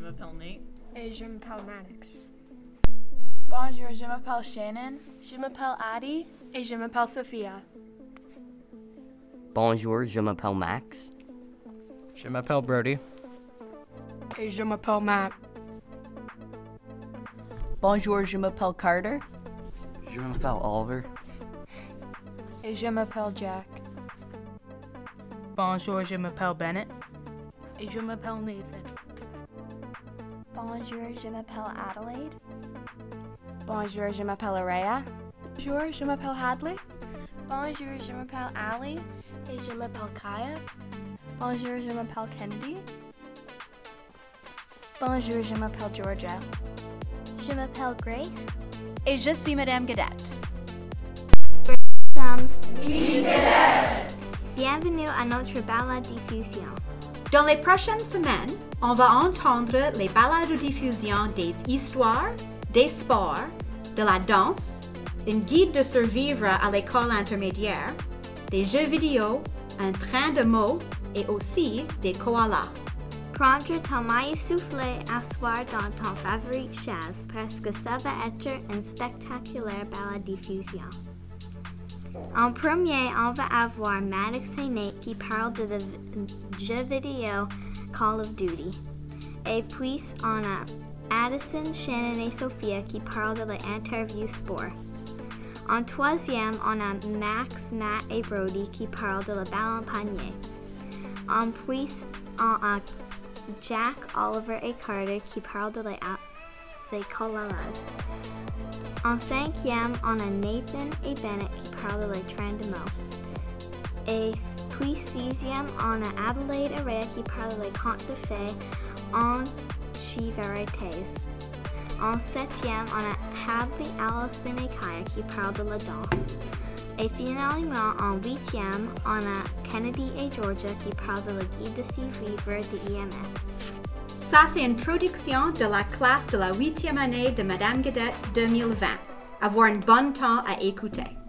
m'appelle Nate. Et je m'appelle Maddox. Bonjour, je m'appelle Shannon. Je m'appelle Adi. Et je m'appelle Sophia. Bonjour, je m'appelle Max. Je m'appelle Brody. Et je m'appelle Matt. Bonjour, je m'appelle Carter. Je m'appelle Oliver. Et je m'appelle Jack. Bonjour, je m'appelle Bennett. Et je m'appelle Nathan. Bonjour, je m'appelle Adelaide. Bonjour, je m'appelle Araya. Bonjour, je m'appelle Hadley. Bonjour, je m'appelle Ali. Et je m'appelle Kaya. Bonjour, je m'appelle Kendi. Bonjour, je m'appelle Georgia. Je m'appelle Grace. Et je suis Madame Gadette. Bienvenue à notre balade diffusion. Dans les prochaines semaines, on va entendre les balades diffusion des histoires, des sports, de la danse, une guide de survivre à l'école intermédiaire, des jeux vidéo, un train de mots et aussi des koalas. Prendre ton maille soufflé, asseoir dans ton favorite chaise parce que ça va être une spectaculaire balade diffusion. En premier, on va avoir Maddox et Nate qui parlent de, de jeu vidéo Call of Duty. Et puis, on a Addison, Shannon et Sophia qui parlent de l'interview sport. En troisième, on a Max, Matt et Brody qui parlent de la balle en panier. En puis, on a Jack, Oliver et Carter qui parlent de les colalas. En cinquième, on a Nathan et Bennett qui parlent les trains de mots. Et puis sixième, on a Adelaide et Rhea qui parlent les contes de fées en chi variétés. En septième, on a Hadley, Allison et Kaya qui parlent de la danse. Et finalement, en huitième, on a Kennedy et Georgia qui parlent de la guide de E survivre de IMS. Ça, c'est une production de la classe de la huitième année de Madame Guedette 2020. Avoir un bon temps à écouter.